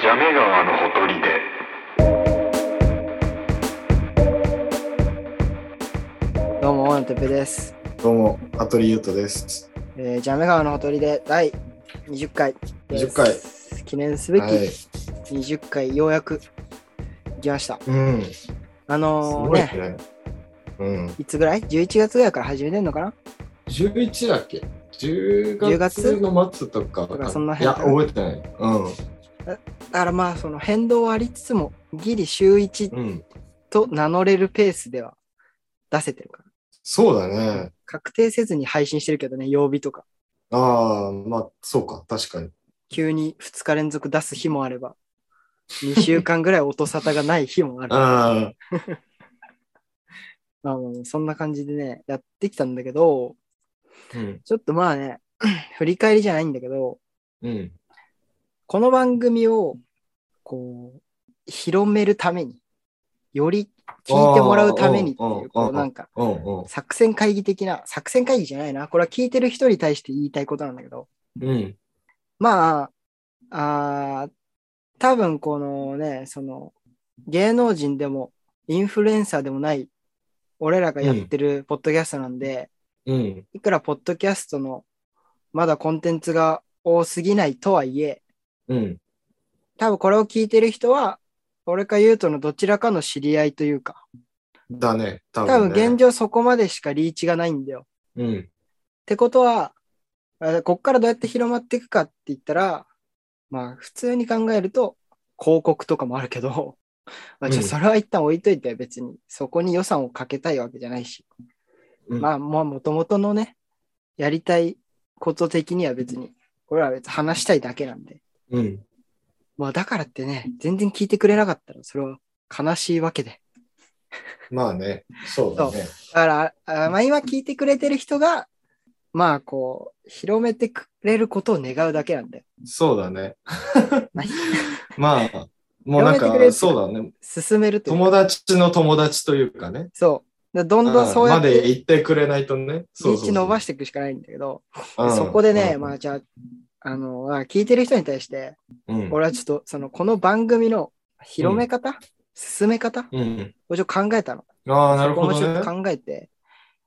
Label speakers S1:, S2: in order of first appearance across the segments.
S1: ジャメ川のほとりで
S2: どうも、大野てっぺです。
S3: どうも、アトリユートです。
S2: えー、ジャメ川のほとりで第20回です。
S3: 20回
S2: 記念すべき
S3: はい。
S2: 20回、ようやく来ました。
S3: うん。す
S2: あのー、
S3: ごい
S2: ね、
S3: ね。うん。
S2: いつぐらい ?11 月ぐらいから始めてんのかな
S3: 11だっけ ?10 月の末とか。
S2: とかそんない辺
S3: や、覚えてない。
S2: だからまあ、その変動はありつつも、ギリ週1
S3: うん。うん。
S2: と名乗れるペースでは出せてるから。
S3: そうだね。
S2: 確定せずに配信してるけどね、曜日とか。
S3: ああ、まあ、そうか。確かに。
S2: 急に2日連続出す日もあれば、2週間ぐらい音沙汰がない日もあ る。
S3: あ
S2: まあまあまあそんな感じでね、やってきたんだけど、
S3: あ。うん。
S2: ちょっとまあね、 振り返りじゃないんだけど、
S3: うん。
S2: この番組を、こう、広めるために、より聞いてもらうためにって
S3: あーうん
S2: いうう、
S3: ん
S2: こ
S3: う
S2: うんなんか、
S3: うんうん。
S2: 作戦会議的な、作戦会議じゃないな、これは聞いてる人に対して言いたいことなんだけど、
S3: うん。
S2: まあ、あー多分このね、その、芸能人でも、インフルエンサーでもない、俺らがやってるポッドキャストなんで、
S3: うん。
S2: いくらポッドキャストのまだコンテンツが多すぎないとはいえ、
S3: うん。
S2: 多分これを聞いてる人は、俺か優斗のどちらかの知り合いというか、
S3: だね。多
S2: 多分
S3: 分ね。
S2: 現状そこまでしかリーチがないんだよ。っ
S3: うん。
S2: てことは、あこっからどうやって広まっていくかって言ったら、まあ普通に考えると広告とかもあるけど、 まあ、ちょ
S3: うん
S2: それは一旦置いといて別にそこに予算をかけたいわけじゃないし、
S3: うん
S2: まあもう元々のね、やりたいこと的には別に、俺らは別に話したいだけなんで、
S3: うん。
S2: まあだからってね、全然聞いてくれなかったらそれは悲しいわけで。
S3: まあね。そうだね。
S2: だから、あまあ、今聞いてくれてる人が、まあこう、広めてくれることを願うだけなんだよ。
S3: そうだね。
S2: まあひ
S3: まあ、もうなん
S2: やめてくれって
S3: か、そうだね。
S2: 進めるというか
S3: 友達の友達というかね。
S2: そう。だからどんどんそうやっ
S3: まで
S2: て、
S3: 行ってくれないとね。
S2: リーチ伸ば
S3: し
S2: していくしかないんだけど、
S3: て
S2: そこでね、
S3: あ、
S2: まあじゃあ、あの、まあ聞いてる人に対して、
S3: うん
S2: 俺はちょっと、その、この番組の広め方、進め方
S3: うん。
S2: をちょっと考えたの。
S3: ああ、なる
S2: ここ
S3: ほ
S2: もち
S3: ど
S2: ょっ
S3: ね
S2: と。考えて、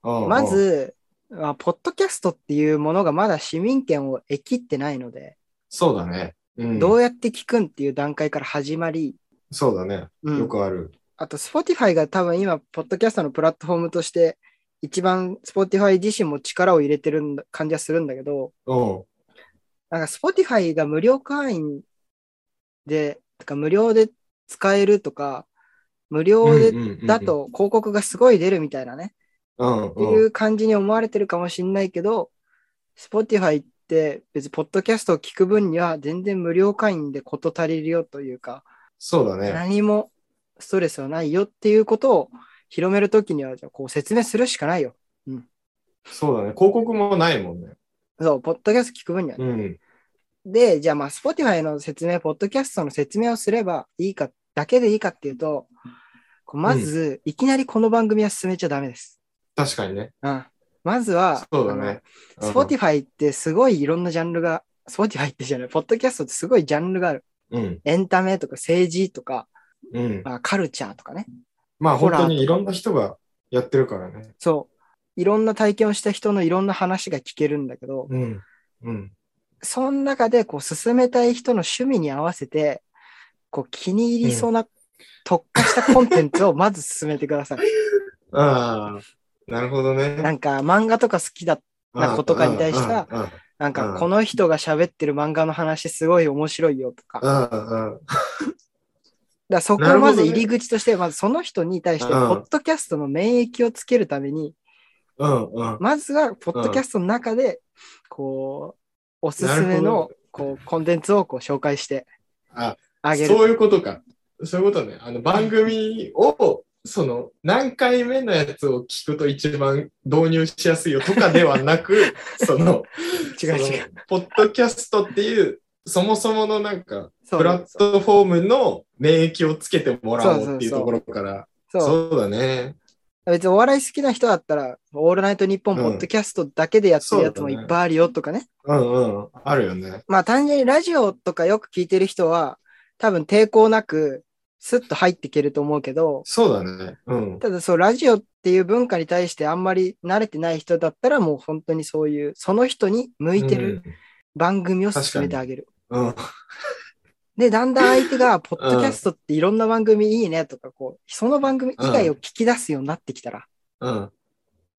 S3: うんうん
S2: ま、ず、まあポッドキャストっていうものがまだ市民権を得きってないので、
S3: そうだね。うん
S2: どうやって聞くんっていう段階から始まり、
S3: そうだね。
S2: うん
S3: よくある。
S2: あと Spotify が多分今、ポッドキャストのプラットフォームとして、一番 Spotify 自身も力を入れてるんだ感じはするんだけど、
S3: うん。
S2: なんか Spotify が無料会員で、とか無料で使えるとか、無料で、だと広告がすごい出るみたいなね、
S3: うん、
S2: って
S3: うん
S2: い
S3: うん。
S2: う感じに思われてるかもしんないけど、Spotify って別にポッドキャストを聞く分には全然無料会員で事足りるよというか、
S3: そうだね。
S2: 何もストレスはないよっていうことを広めるときにはじゃあこう説明するしかないよ。
S3: そうだね。広告もないもんね。
S2: そう、ポッドキャスト聞く分には。
S3: うん。
S2: で、じゃあまあ Spotify の説明、ポッドキャストの説明をすればいいか、だけでいいかっていうと、こうまず、いきなりこの番組は進めちゃダメです。
S3: 確かにね。
S2: うん。まずは、
S3: そうだね。
S2: あの Spotify ってすごいいろんなジャンルが、Spotify ってじゃない、ポッドキャストってすごいジャンルがある。
S3: うん。
S2: エンタメとか政治とか、
S3: うん。
S2: まあ、カルチャーとかね。
S3: まあ、本
S2: ホラーと
S3: 当
S2: か
S3: にいろんな人がやってるからね。
S2: そう。いろんな体験をした人のいろんな話が聞けるんだけど、
S3: うん。うん。
S2: その中でこう進めたい人の趣味に合わせて、こう気に入りそうな特化したコンテンツをまず進めてください。
S3: ああ、なるほどね。
S2: なんか漫画とか好きだ、なことかに対しては
S3: うんうん
S2: なんか
S3: うん
S2: この人が喋ってる漫画の話すごい面白いよとか。だか
S3: うんうん。
S2: らそこをまず入り口として、まずその人に対して、ポ
S3: うん
S2: ッドキャストの免疫をつけるために、
S3: うんうん。
S2: まずはポッドキャストの中で、こう、おすすめ
S3: なるほ
S2: の
S3: ど
S2: こうコンテンツをこう紹介して
S3: あ、
S2: あげる。
S3: そういうことか。そういうことね。あの番組を、その、何回目のやつを聞くと一番導入しやすいよとかではなく、 その、
S2: 違う
S3: その
S2: 違う。
S3: ポッドキャストっていう、そもそものなんか、
S2: そう
S3: プラットフォームの免疫をつけてもらお
S2: そうそうそう
S3: うっていうところから、
S2: そう
S3: そうだね。
S2: 別にお笑い好きな人だったら、オールナイトニッポンポッドキャストだけでやってるやつもいっぱいあるよとかね。
S3: うんうん。あるよね。
S2: まあ単純にラジオとかよく聞いてる人は、多分抵抗なく、スッと入っていけると思うけど、
S3: そうだね。うん。
S2: ただそう、ラジオっていう文化に対してあんまり慣れてない人だったら、もう本当にそういう、その人に向いてる番組を進めてあげる。
S3: うん。うん。
S2: で、だんだん相手が、ポッドキャストっていろんな番組いいねとか、こう、その番組以外を聞き出すようになってきたら、
S3: うん。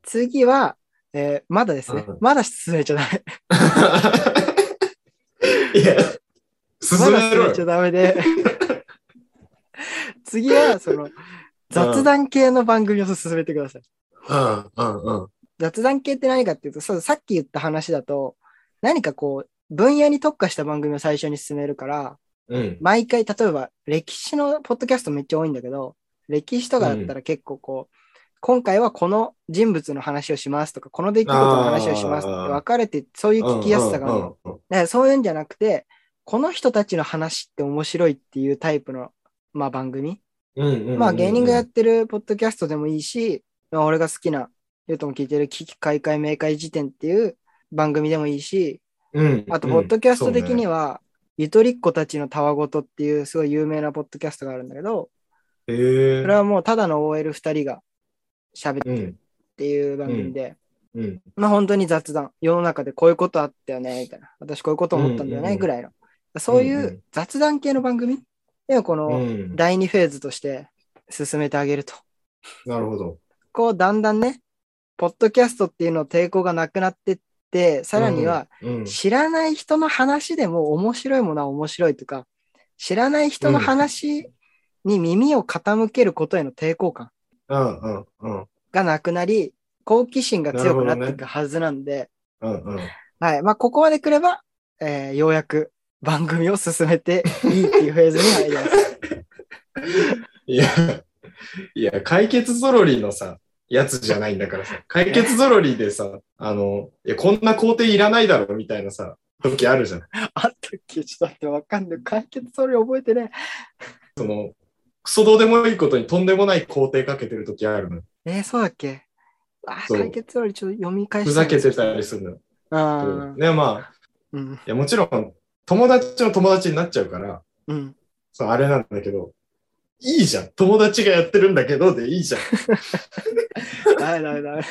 S2: 次は、えーまだですね
S3: うん。
S2: まだ進めちゃダメ。
S3: いや、
S2: ま
S3: 進
S2: だ
S3: め
S2: 進
S3: ろ
S2: め
S3: よ
S2: ちゃ。ダメで。 次は、その、雑談系の番組を進めてください。
S3: うんうんうん。
S2: 雑談系って何かっていうと、そうさっき言った話だと、何かこう、分野に特化した番組を最初に進めるから、
S3: うん。
S2: 毎回、例えば歴史のポッドキャストめっちゃ多いんだけど、歴史とかだったら結構こう、今回はこの人物の話をしますとか、この出来事の話をしますって
S3: あー
S2: 分かれて、そういう聞きやすさがあるの。
S3: うんうん
S2: だからそういうんじゃなくて、この人たちの話って面白いっていうタイプの、まあ、番組。
S3: うんうんうんうん
S2: まあ芸人がやってるポッドキャストでもいいし、まあ、俺が好きな、ゆうとも聞いてる、危機開会明快辞典っていう番組でもいいし、
S3: うん
S2: あと、ポッドキャスト的に
S3: は。
S2: は、ゆとりっ子たちのたわごとっていうすごい有名なポッドキャストがあるんだけど、
S3: そうねへえ
S2: それはもうただの OL2 人が喋って
S3: う
S2: る
S3: ん
S2: っていう番組で、
S3: うん
S2: まあ本当に雑談。世の中でこういうことあったよね、みたいな。私こういうこと思ったんだよ
S3: うんうんう
S2: ね、
S3: ん
S2: ぐらいの。そうい
S3: んう
S2: うんう雑談系の番組でこ
S3: う
S2: の
S3: ん。
S2: 第2フェーズとして進めてあげると。
S3: なるほど。
S2: こうだんだんね、ポッドキャストっていうの抵抗がなくなってって、さらには
S3: うん。
S2: 知らない人の話でも面白いものは面白いとか、知らない人の話に耳を傾けることへの抵抗感
S3: うんうんうん
S2: がなくなり、好奇心が強くなっていくはずなんで、
S3: うんうん。
S2: はい。まあ、ここまで来れば、えーようやく番組を進めていいっていうフェーズに入ります。
S3: いや、いや、解決ゾロリのさ、やつじゃないんだからさ、解決ゾロリでさ、あの、いや、こんな工程いらないだろ、みたいなさ、時あるじゃん。
S2: あったっけちょっと待って、わかんない。解決それ覚えてね。
S3: その、クソどうでもいいことにとんでもない工程かけてる時あるの。
S2: えーそうだっけあー、
S3: そう
S2: 解決それちょっと読み返して。
S3: ふざけてたりする
S2: あ
S3: の。
S2: ー
S3: ね、まあ、
S2: うん。
S3: いや、もちろん、友達の友達になっちゃうから、
S2: うん。
S3: そう、あれなんだけど、いいじゃん。友達がやってるんだけど、でいいじゃん。
S2: だめだめだめ。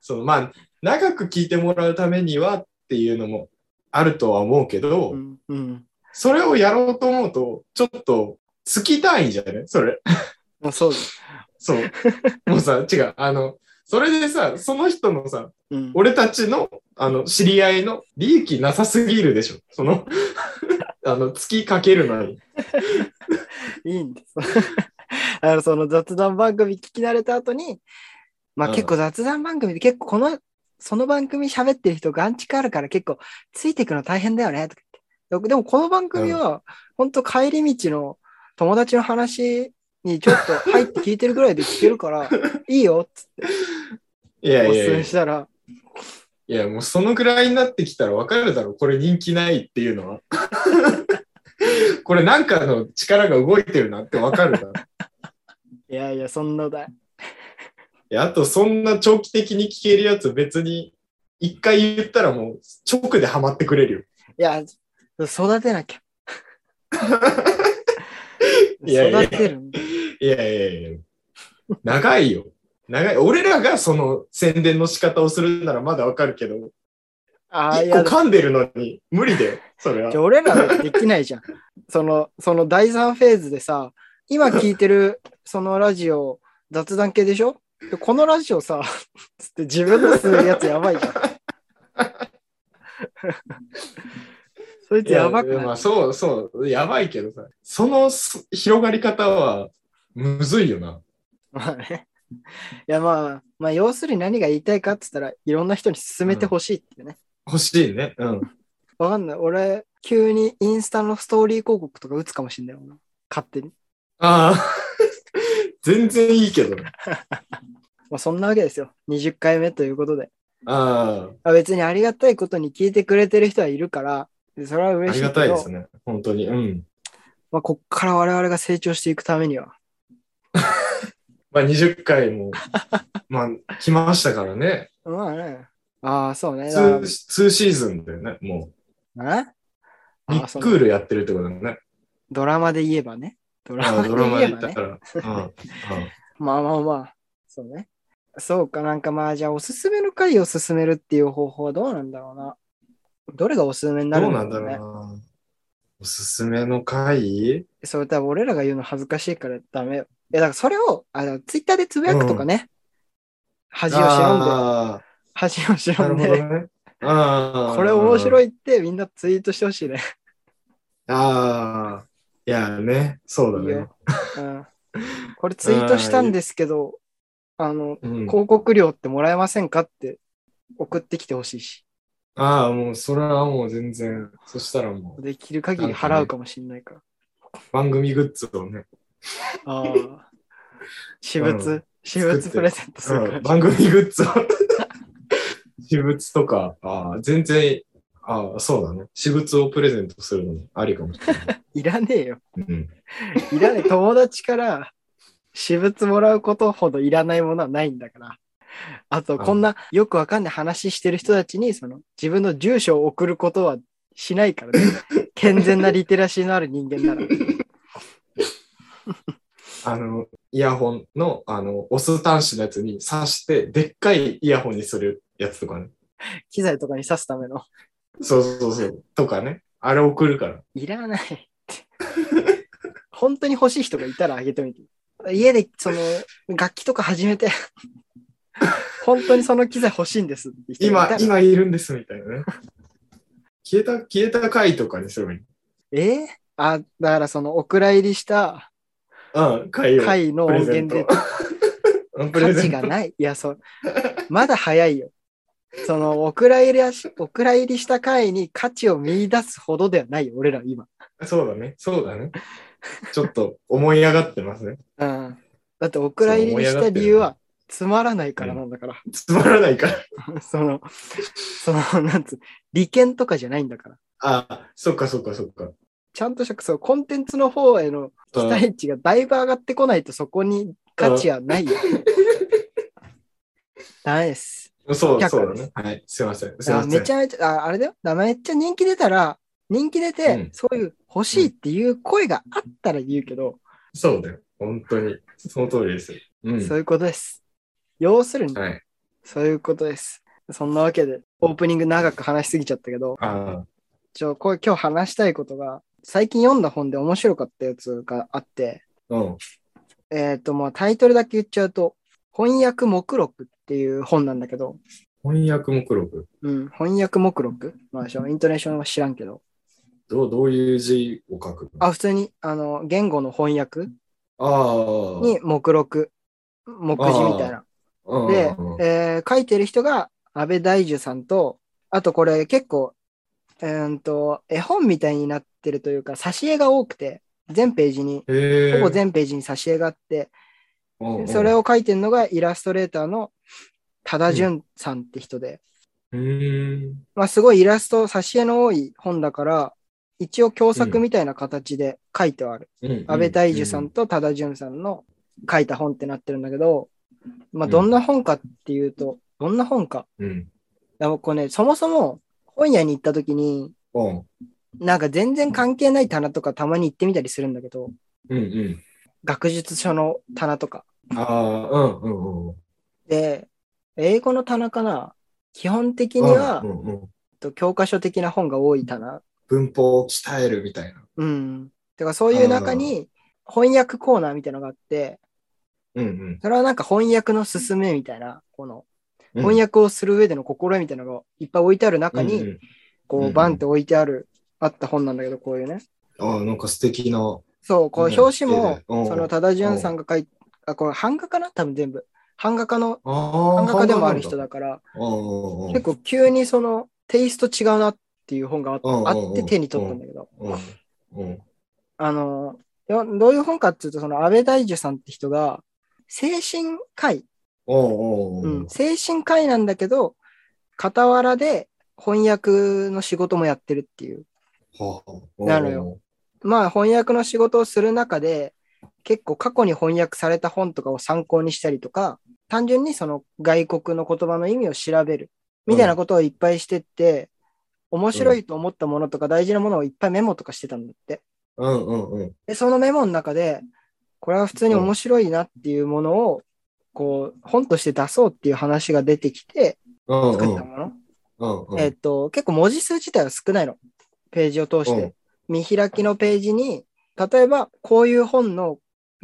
S3: その、まあ、長く聞いてもらうためにはっていうのもあるとは思うけど、
S2: うん。うん。
S3: それをやろうと思うと、ちょっと、月単位じゃねそれ。
S2: もうそうです。
S3: そう。もうさ、違う。あの、それでさ、その人のさ、
S2: うん。
S3: 俺たちの、あの、知り合いの利益なさすぎるでしょ。その、 あの、月かけるのに。
S2: いいんです。 だからその雑談番組聞き慣れた後に、まあ
S3: うん
S2: 結構雑談番組で結構この、その番組喋ってる人ガンチクあるから結構ついていくの大変だよねとか言って。でもこの番組は本当帰り道の友達の話にちょっと入って聞いてるぐらいで聞け るから、いいよっつっ
S3: いや
S2: てお
S3: いや
S2: すす
S3: いや
S2: めし。たら、
S3: いや、もうそのぐらいになってきたらわかるだろう。これ人気ないっていうのは。 これなんかの力が動いてるなってわかるだろう。
S2: いやいや、そんなだ。
S3: いや、あとそんな長期的に聞けるやつ別に、一回言ったらもう直でハマってくれるよ。
S2: いや、育てなきゃ。
S3: いやいや
S2: 育てるんだ。
S3: いやいやいや。長いよ。長い。俺らがその宣伝の仕方をするならまだわかるけど、
S2: ああ、い
S3: 一個
S2: や、
S3: 噛んでるのに無理だよ。それは
S2: じゃ。あ俺らできないじゃん。 その、その第3フェーズでさ、今聞いてるそのラジオ、雑談系でしょでこのラジオさ、 つって自分のするやつやばいじゃん。 そいつ やばく
S3: いやま
S2: ない
S3: あそうそう。やばいけどさ。そのす広がり方はむずいよな。
S2: まあね。いやまあ、まあ要するに何が言いたいかって言ったらいろんな人に勧めてほしいっていうね。
S3: 欲しいね。うん。
S2: わ、かんない。俺、急にインスタのストーリー広告とか打つかもしんないもんな。勝手に。
S3: ああ。 全然いいけど。
S2: まあそんなわけですよ。20回目ということで。
S3: あ
S2: まあ別にありがたいことに聞いてくれてる人はいるから、それは
S3: あ。あ
S2: 嬉し
S3: り
S2: い
S3: が
S2: け
S3: たいで
S2: ど、
S3: すね。本当に。うん。
S2: まあ、こっから我々が成長していくためには、
S3: まあ20回も、 まあ来ましたからね。
S2: まあね。ああ、そうね。だから
S3: 2、ツーシーズンだよね。も
S2: え
S3: う、ビ
S2: あそ
S3: ッ
S2: う
S3: クールやってるってことだよね。
S2: ドラマで言えばね。ドラ
S3: あ
S2: マ
S3: あ
S2: で
S3: ドラマで
S2: 言え
S3: 言った
S2: ばね
S3: か。ら。うんうん
S2: まあまあまあ。そうね。そうか、なんかまあ、じゃあ、おすすめの回を進めるっていう方法はどうなんだろうな。どれがおすすめ にな
S3: ど
S2: る
S3: うんな
S2: だろうんね。
S3: だろうな。おすすめの回
S2: それ多分俺らが言うの恥ずかしいからダメよ。いや、だからそれを、あの、ツイッターでつぶやくとかね。恥を忍んで、
S3: あ
S2: 恥を
S3: あな
S2: 忍
S3: る
S2: ん
S3: ほど
S2: で、
S3: ね。ああ
S2: これ面白
S3: い。
S2: いってみんなツイートしてほしいね。
S3: ああ。いやね、そうだ
S2: いい
S3: ね
S2: よ。うん。これツイートしたんですけど、あの、
S3: うん、
S2: 広告料ってもらえませんかって送ってきてほしいし、
S3: ああ、もうそれはもう全然、そしたらもう
S2: できる限り払うかもしれないから。
S3: 番組グッズをね、
S2: ああ。私
S3: う
S2: 物、私物プレゼントするか
S3: う
S2: ら
S3: ん。番組グッズを、私物とか、ああ全然、ああそうだね。私物をプレゼントするのもありかもしれ ない。
S2: いらねえよ。
S3: うん、
S2: いらねえ。友達から私物もらうことほどいらないものはないんだから。あと、
S3: ああ
S2: こんなよくわかんない話してる人たちに、その自分の住所を送ることはしな いからね。健全なリテラシーのある人間なら。
S3: あの、イヤホンの、あの、オス端子のやつに挿して、でっかいイヤホンにするやつとかね。
S2: 機材とかに刺すための。
S3: そうそうそう。とかね。あれ送るから。
S2: いらないって。本当に欲しい人がいたらあげてみて。家でその楽器とか始めて、本当にその機材欲しいんですって人がい
S3: 今
S2: た、ら。
S3: 今いるんですみたいなね。消えた、消えた回とかにすればいい。
S2: えーあ、だからそのお蔵入りした
S3: うん、回を。
S2: 回の
S3: プレ
S2: 音
S3: ゼン
S2: 源で
S3: ト。うんプ
S2: 価
S3: レゼ
S2: 値
S3: ント
S2: がない。 いや、そう。まだ早いよ。そのお蔵入りはし、お蔵入りした回に価値を見出すほどではないよ、俺らは今。
S3: そうだね、そうだね。ちょっと思い上がってますね。
S2: うん。だってお蔵入りにした理由はつまらないからなんだから。
S3: つまらないから。
S2: その、その、なんつう、利権とかじゃないんだから。
S3: ああ、そっかそっかそっか。
S2: ちゃんとした、そう、コンテンツの方への期待値がだいぶ上がってこないと、そこに価値はな いよ。ダメで
S3: う
S2: す。
S3: んそう、
S2: 却下
S3: そうだね。はい、すいません。すい
S2: あ
S3: ませ
S2: め
S3: ん
S2: ち。ゃめちゃ、ああれだよ。だめっちゃ人気出たら、人気出て、
S3: うん
S2: そういう欲しいっていう声があったら言うけど、
S3: そうだよ。本当に。その通りですよ。うん。
S2: そういうことです。要するに、
S3: はい。
S2: そういうことです。そんなわけで、オープニング長く話しすぎちゃったけど、
S3: あ
S2: ちょ、これ今日話したいことが、最近読んだ本で面白かったやつがあって、
S3: あ、うん。
S2: えっ、と、まあタイトルだけ言っちゃうと、翻訳目録っていう本なんだけど、
S3: 翻訳目録。
S2: うん、翻訳目録まあ、そのイントネーションは知らんけど、
S3: どう、どういう字を書くの
S2: あ、普通に、あの、言語の翻訳
S3: あ
S2: に目録、目次みたいな。
S3: あ。
S2: で
S3: うん、
S2: えー書いてる人が安倍大樹さんと、あとこれ結構、うーんと、絵本みたいになってるというか、挿絵が多くて、全ページに、
S3: へえ。
S2: ほぼ全ページに挿絵があって、
S3: うんうん
S2: それ。を書いてるのがイラストレーターの多田淳さんって人で、
S3: うーん。
S2: まあ、すごいイラスト、挿絵の多い本だから、一応共作みたいな形で書いてはある。
S3: うん
S2: 安倍大樹さ。
S3: うん
S2: と多田淳さんの書いた本ってなってるんだけど、まあ、どんな本かっていうと、どんな本か。
S3: うん。
S2: でもこれね、そもそも本屋に行った時に、
S3: うん。
S2: なんか全然関係ない棚とかたまに行ってみたりするんだけど、
S3: うんうん。
S2: 学術書の棚とか。
S3: ああ、うんうんうん。
S2: で、英語の棚かな基本的には
S3: う、んうんうん
S2: と教科書的な本が多い棚。
S3: 文法を鍛えるみたいな。
S2: うん。てかそういう中に翻訳コーナーみたいなのがあって、
S3: うんうん。
S2: それはなんか翻訳の勧めみたいな、この
S3: うん
S2: 翻訳をする上での心得みたいなのがいっぱい置いてある中
S3: うんう
S2: に、
S3: ん
S2: こうバンって置いてある、あった本なんだけど、こういうね。
S3: ああ、なんか素敵な。
S2: そう、こう
S3: うん
S2: 表紙も、
S3: うん
S2: その多田潤さんが書いあ、これ版画かな多分全部。版画家の、
S3: あ
S2: 版画家でもある人
S3: だ。
S2: だから、
S3: 結
S2: 結構急にそのテイスト違うなっていう本があっ
S3: うん
S2: あって手に取ったんだけど、
S3: 構。うん
S2: あの、よどういう本かっていうと、その安倍大樹さんって人が、精神科医、
S3: うんう
S2: うんん、精神科医なんだけど、傍らで翻訳の仕事もやってるっていう。
S3: はあ
S2: なのよ。まあ翻訳の仕事をする中で、結構過去に翻訳された本とかを参考にしたりとか、単純にその外国の言葉の意味を調べるみたいなことをいっぱいしてって、面白いと思ったものとか大事なものをいっぱいメモとかしてたんだって。
S3: うんうんうん。
S2: で、そのメモの中で、これは普通に面白いなっていうものを、こう、本として出そうっていう話が出てきて、
S3: うんう
S2: 作
S3: ん
S2: ったもの。
S3: うんうん。
S2: えっと、結構文字数自体は少ないの。ページを通し
S3: う
S2: て
S3: ん。
S2: 見開きのページに、例えばこういう本の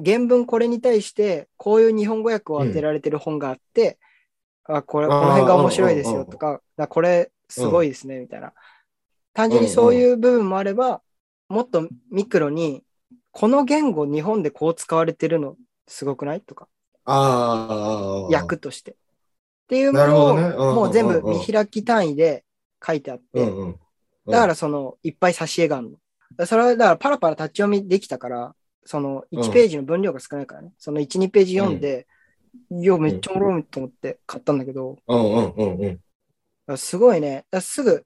S2: 原文これに対して、こういう日本語訳を当てられてる本があって、あ、これ、
S3: あ
S2: こ
S3: ー
S2: の辺が面白いです
S3: うんう
S2: よ
S3: んうん
S2: とか、あこれすごいですね、みたいな。単純にそういう部分もあれば、もっとミクロに、この言語日本でこう使われてるのすごくないとか、
S3: ああ。
S2: 訳として。っていうも
S3: なる
S2: の
S3: ほど
S2: を、
S3: ねうんうんうんうん
S2: もう全部見開き単位で書いてあって、
S3: うんうん。、
S2: だかららその、いっぱい挿絵があるの。だからそれは、だからパラパラ立ち読みできたから、その
S3: うん
S2: 1ページの分量が少ないからね。その1、2ページ読んで、いや、めっちゃおもろいと思って買ったんだけど、だか
S3: うんうんうんうん。
S2: らすごいね。だからすぐ、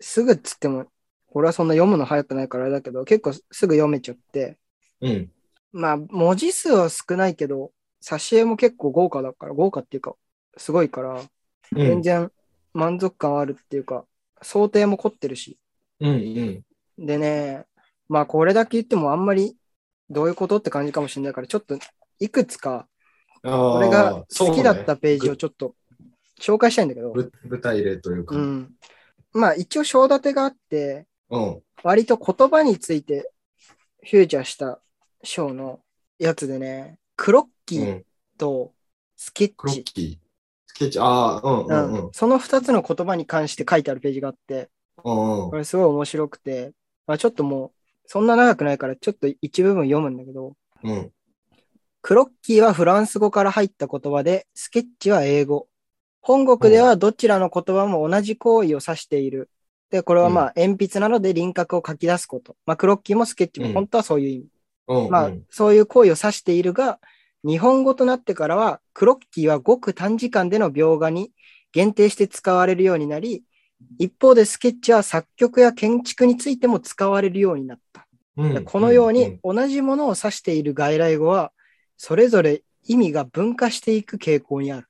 S2: すぐっつっても、俺はそんな読むの早くないからあれだけど、結構すぐ読めちゃって、
S3: うん。
S2: まあ、文字数は少ないけど、挿絵も結構豪華だから、豪華っていうか、すごいから、
S3: う
S2: 全
S3: ん
S2: 然満足感あるっていうか、想定も凝ってるし、
S3: うん。
S2: でね、まあこれだけ言ってもあんまりどういうことって感じかもしれないから、ちょっといくつか、
S3: こ
S2: 俺が好きだったページをちょっと紹介したいんだけど、
S3: 舞舞台例というか。
S2: う。ん。まあ一応章立てがあって、
S3: うん。
S2: 割と言葉についてフューチャーした章のやつでね、クロッキ
S3: う
S2: ー
S3: ん
S2: とスケ
S3: ク
S2: ッ
S3: ロ
S2: チ
S3: ッ、キー。スケッチ、ああ、うんう
S2: うん
S3: んうん。
S2: その2つの言葉に関して書いてあるページがあって、
S3: うん
S2: こ
S3: うん。
S2: れすごい面白くて、まあ、ちょっともうそんな長くないからちょっと一部分読むんだけど、
S3: うん。
S2: クロッキーはフランス語から入った言葉で、スケッチは英語。本国ではどちらの言葉も同じ行為を指している。で、これはまあ、鉛筆などで輪郭を書き出すこと。まあ、クロッキーもスケッチ
S3: う
S2: も
S3: ん
S2: 本当はそういう意味。
S3: うん。
S2: まあ、そういう行為を指しているが、日本語となってからは、クロッキーはごく短時間での描画に限定して使われるようになり、一方でスケッチは作曲や建築についても使われるようになった。
S3: う
S2: で
S3: ん
S2: このように、同じものを指している外来語はそれぞれ意味が分化していく傾向にある。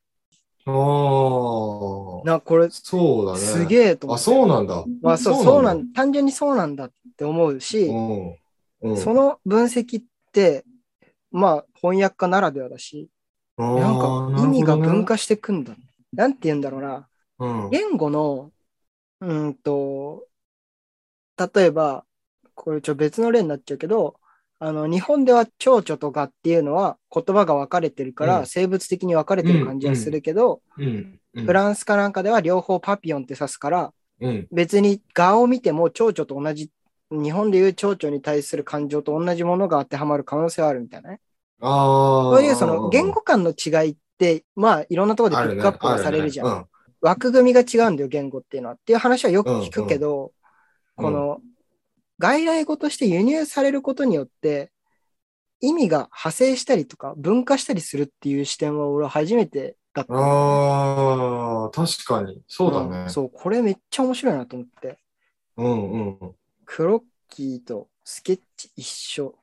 S3: ああー。
S2: なこれ
S3: そうだね。
S2: すげえと思
S3: あ、
S2: って。
S3: そうなんだ。
S2: まあそう
S3: そう
S2: そう
S3: な
S2: なん
S3: だ
S2: ん単純にそうなんだって思うし、
S3: うん。うん。
S2: その分析ってまあ翻訳家ならではだし
S3: あー
S2: なんか意味が分。
S3: なる
S2: 化してくんだ。なんて言うんだろうな
S3: ほどね
S2: 言語のうーんと例えばこれちょ別の例になっちゃうけどあの日本では蝶々とかっていうのは言葉が分かれてるから、
S3: うん
S2: 生物的に分かれてる感じはするけど、
S3: うん。うん。うん
S2: フランスかなんかでは両方パピオンって指すから
S3: うん。
S2: 別に蛾を見ても蝶々と同じ日本でいう蝶々に対する感情と同じものが当てはまる可能性はあるみたいなね。
S3: ああ。
S2: そういうその言語間の違いってまあいろんなところ
S3: ある
S2: で
S3: ね
S2: ピックアップがされるじゃん。
S3: あねうん
S2: 枠組みが違うんだよ、言語っていうのは。っていう話はよく聞くけど、
S3: うんう
S2: こ
S3: ん
S2: の、外来語として輸入されることによって、意味が派生したりとか、分化したりするっていう視点は俺は初めてだった。
S3: ああ、確かに。そうだね
S2: ん。そう、これめっちゃ面白いなと思って。
S3: うんうん。
S2: クロッキーとスケッチ一緒。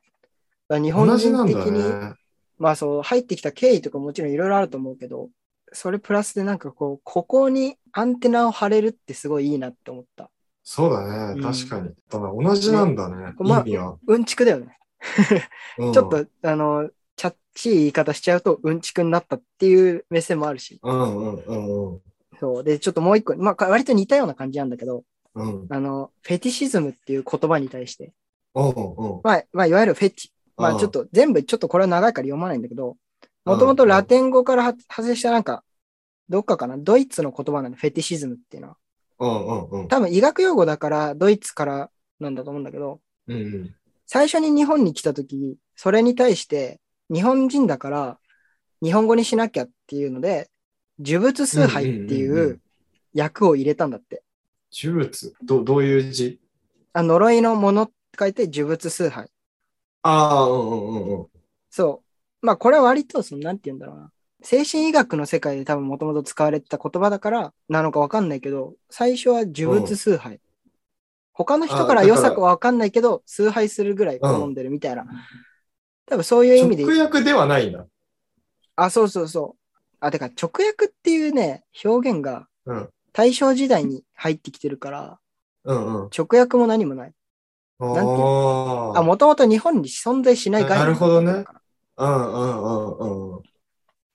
S2: だから日本
S3: 同じな
S2: 人
S3: ん
S2: 的
S3: だ
S2: に、
S3: ね。
S2: まあそう、入ってきた経緯とかもちろんいろいろあると思うけど、それプラスでなんかこう、ここにアンテナを張れるってすごいいいなって思った。
S3: そうだ
S2: う
S3: ね。
S2: ん
S3: 確かに。ただ同じなんだね。
S2: まあ
S3: 意味は。
S2: うんちくだよね。
S3: うん
S2: ちょっと、あの、チャッチい言い方しちゃうと、うんちくになったっていう目線もあるし、
S3: うんうんうんうん。
S2: そう。で、ちょっともう一個、まあ、割と似たような感じなんだけど、
S3: うん
S2: あの、フェティシズムっていう言葉に対して、
S3: うんうん。
S2: まあ、まあ、いわゆるフェチ。ま
S3: う
S2: あ、
S3: ん
S2: ちょっと、全部、ちょっとこれは長いから読まないんだけど、
S3: うん
S2: もともとラテン語からは派生したなんか、どっかかな、ドイツの言葉なんで、フェティシズムっていうのは。
S3: うんうんうん。
S2: 多分、医学用語だから、ドイツからなんだと思うんだけど、
S3: うんうん。
S2: 最初に日本に来た時それに対して日本人だから日本語にしなきゃっていうので呪物崇拝って
S3: うんうんうん
S2: いうう役を入れたんだって。
S3: 呪物ど、どういう字
S2: あ呪いのものって書いて呪物崇拝。
S3: ああ、うんうんうんうん。
S2: そう。まあこれは割とそのなんて言うんだろうな。精神医学の世界で多分もともと使われてた言葉だからなのかわかんないけど、最初は呪物崇拝。他の人から良さかわかんないけど、崇拝するぐらい好んでるみたいな多分そういう意味で、
S3: 直訳ではないんだ。
S2: あ、そうそうそう。あ、てか直訳っていうね、表現が
S3: うん
S2: 大正時代に入ってきてるから、
S3: うんうん。
S2: 直訳も何もない。
S3: あ
S2: なんていうあ、
S3: あー。
S2: もともと日本に存在しない概念
S3: なるほどね
S2: だか
S3: う
S2: ら
S3: んうんうんうん。
S2: だか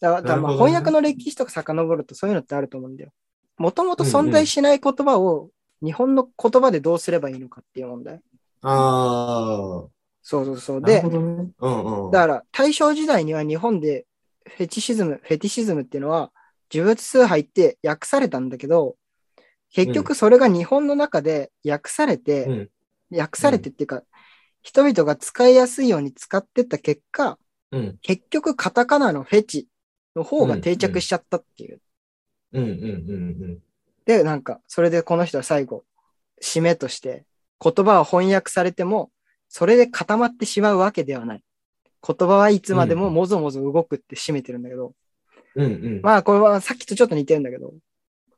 S2: らだか
S3: な
S2: らまあ
S3: るほどね
S2: 翻訳の歴史とか遡るとそういうのってあると思うんだよ。もともと存在しない言葉を日本の言葉でどうすればいいのかっていう問題。
S3: あ
S2: そうそうそう。
S3: あ。なる
S2: で
S3: ほ、どね。うんうん。
S2: だから大正時代には日本でフェチシズム、フェティシズムっていうのは呪物崇拝って訳されたんだけど、結局それが日本の中で訳されて、
S3: うん
S2: 訳されてっていうか、人々が使いやすいように使ってった結果、
S3: うん
S2: 結局カタカナのフェチの方が定着しちゃったっていう。
S3: うんうんうん
S2: で、なんか、それでこの人は最後、締めとして、言葉を翻訳されても、それで固まってしまうわけではない。言葉はいつまでももぞもぞ動くって締めてるんだけど、
S3: うん。うんうん。
S2: まあ、これはさっきとちょっと似てるんだけど、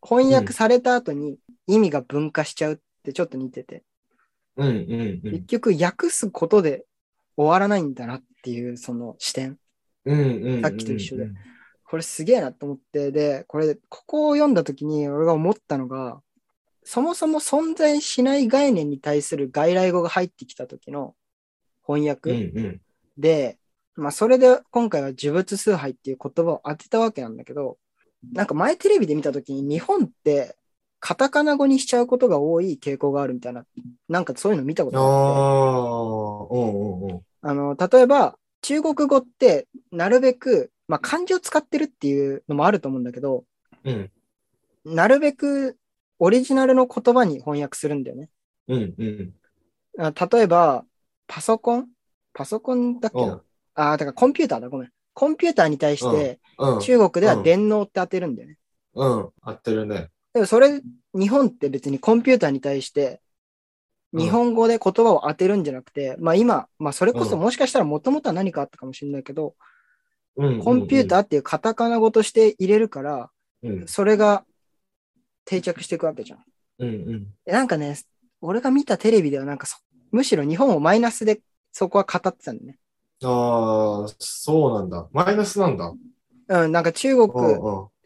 S2: 翻訳された後に意味が分化しちゃうってちょっと似てて、
S3: うんうんうん
S2: 結。局訳すことで終わらないんだなっていう、その視点。
S3: うんうんうん
S2: さっきと一緒で。これすげえなと思って、で、これ、ここを読んだ時に俺が思ったのが、そもそも存在しない概念に対する外来語が入ってきた時の翻
S3: うん
S2: 訳
S3: うん。
S2: で、まあそれで今回は呪物崇拝っていう言葉を当てたわけなんだけど、なんか前テレビで見た時に日本ってカタカナ語にしちゃうことが多い傾向があるみたいな、なんかそういうの見たこと
S3: ああ
S2: があって、
S3: ー。うんうんうん。
S2: あの、例えば中国語ってなるべく、まあ漢字を使ってるっていうのもあると思うんだけど、
S3: うん
S2: なるべくオリジナルの言葉に翻訳するんだよね。
S3: うんうん。
S2: あ例えば、パソコンパソコンだっけ
S3: うん
S2: なああ、だからコンピューターだ、ごめん。コンピューターに対して、
S3: うん。
S2: 中国では
S3: うん
S2: 電脳って当てるんだよね。
S3: うん。合ってるね。
S2: でもそれ、日本って別にコンピューターに対して、
S3: うん
S2: 日本語で言葉を当てるんじゃなくて、まあ今、まあそれこそ
S3: うん
S2: もしかしたらもともとは何かあったかもしれないけど、
S3: うん。
S2: コンピューターっていうカタカナ語として入れるから、
S3: ー。うん
S2: それが定着していくわけじゃん。
S3: うんうん。
S2: えなんかね、俺が見たテレビではなんかそ、むしろ日本をマイナスでそこは語ってたんだね。
S3: ああ、そうなんだ。マイナスなんだ。
S2: うん、なんか中
S3: うん
S2: 国、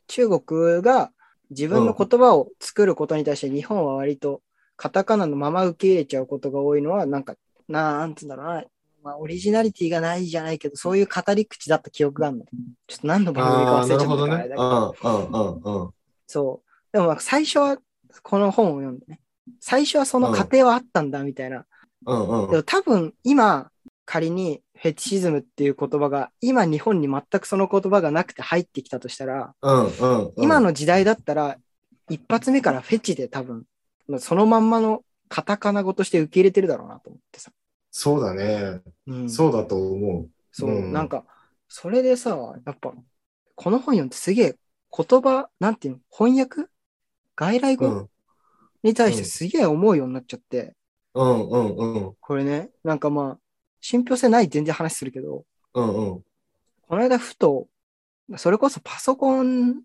S2: 中国が自分の言葉を作ることに対して日本は割とカタカナのまま受け入れちゃうことが多いのは、なんか、なんつうんだろうな、まあ、オリジナリティがないじゃないけど、そういう語り口だった記憶があるの。ちょっと何の番組か
S3: ああ
S2: 忘
S3: ー、
S2: れ
S3: な
S2: ち
S3: る
S2: ゃ
S3: ほ
S2: ったか
S3: ど
S2: らあ
S3: ね
S2: れ。だけ
S3: う
S2: ど
S3: んうんうんうん。
S2: そう。でもなんか最初はこの本を読んでね、最初はその過程はあったんだみたいな
S3: うんうん
S2: でも多分今仮にフェチシズムっていう言葉が今日本に全くその言葉がなくて入ってきたとしたら、
S3: うんうんうん。
S2: 今の時代だったら一発目からフェチで多分そのまんまのカタカナ語として受け入れてるだろうなと思ってさ。
S3: そうだね。
S2: うん、
S3: そうだと思
S2: そう、
S3: うん
S2: なんかそれでさやっぱこの本読んですげえ言葉なんていうの翻訳外来
S3: う。う
S2: 語、
S3: ん
S2: に対
S3: う
S2: して
S3: ん
S2: すげえ思うようになっちゃって、
S3: うんうんうん
S2: これねなんかまあ信憑性ない全然話するけど、
S3: うんうん。
S2: この間ふと、それこそパソコン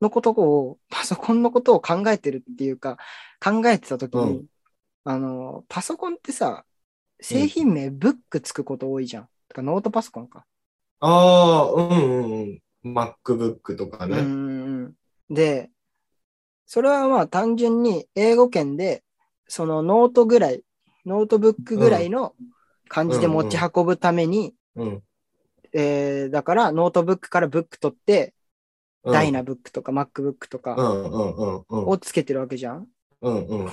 S2: のことを、パソコンのことを考えてるっていうか、考えてた時に、
S3: うん
S2: あの、パソコンってさ、製品名ブックつくこと多いじゃん。てかノートパソコンか。
S3: ああ、うんうんうん。MacBook とか
S2: うんう
S3: ね。
S2: んうんで、それはまあ単純に英語圏で、そのノートぐらい、ノートブックぐらいの感じで持ち運ぶために、
S3: うん。
S2: えーだからノートブックからブック取って、
S3: うん
S2: ダイナブックとか MacBook とか、
S3: うんうんうんうん。
S2: をつけてるわけじゃん。
S3: うんうん。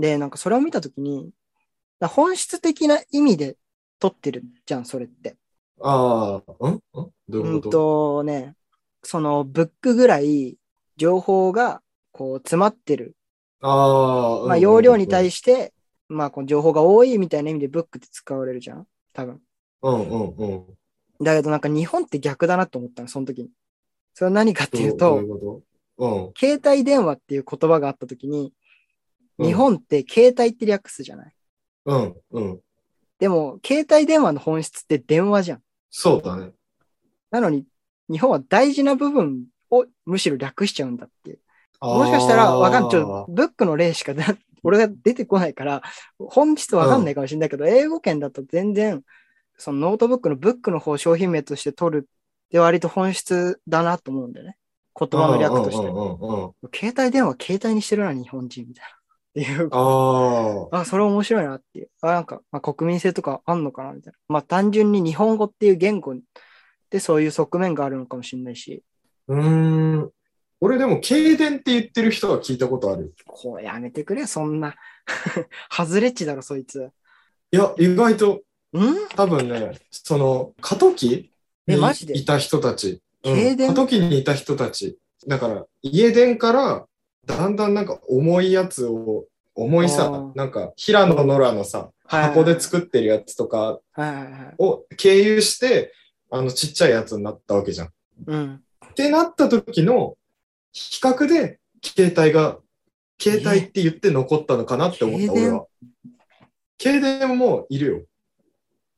S2: で、なんかそれを見たときに、だ本質的な意味で撮ってるじゃん、それって。
S3: ああ、うんんどう
S2: う
S3: いうんこと
S2: とね、そのブックぐらい情報がこう詰まってる。
S3: ああ、
S2: まあ容量に
S3: して。
S2: 対して、まあこの情報が多いみたいな意味でブックって使われるじゃん、多分。
S3: うんうんうん。
S2: だけどなんか日本って逆だなと思ったの、その時に。それは何かってい
S3: ど
S2: うと
S3: うい、うこと
S2: 携帯電話っていう言葉があった時に、
S3: うん。
S2: 日本って携帯って略すじゃない。
S3: うんうん。
S2: でも、携帯電話の本質って電話じゃん。
S3: そうだね。
S2: なのに、日本は大事な部分をむしろ略しちゃうんだっていう。もしかした
S3: あ
S2: ら、
S3: ー
S2: わかん、ちょ、ブックの例しかな、俺が出てこないから、本質わかんないかもしれないけど、英語圏だと全然、そのノートブックのブックの方を商品名として取るって割と本質だなと思うんだよね。言葉の略として。
S3: うんうんうんうん
S2: 携帯電話携帯にしてるな、日本人みたいな。っていう。
S3: あ
S2: あ、それ面白いなっていう。あ、なんか、まあ、国民性とかあんのかなみたいな。まあ、単純に日本語っていう言語でそういう側面があるのかもしれないし、
S3: あ。うーん。俺でも、軽電って言ってる人は聞いたことある。
S2: こうやめてくれ、そんな。 ハズレっちだろ、そいつ。ん
S3: いや、意外と、多分ね、その、過渡期
S2: え
S3: に
S2: マジで
S3: いた人たち。うん
S2: 軽電
S3: 過渡期にいた人たち。だから、家電から、だんだんなんか重いやつを、重いさ
S2: あ、ー
S3: なんか、平野ノラのさ、箱で作ってるやつとか
S2: はいはいはい。
S3: を経由して、あの、ちっちゃいやつになったわけじゃん。
S2: うん。
S3: ってなった時の比較で、携帯が、携帯って言って残ったのかなって思った、
S2: え
S3: 俺は。携電もいるよ。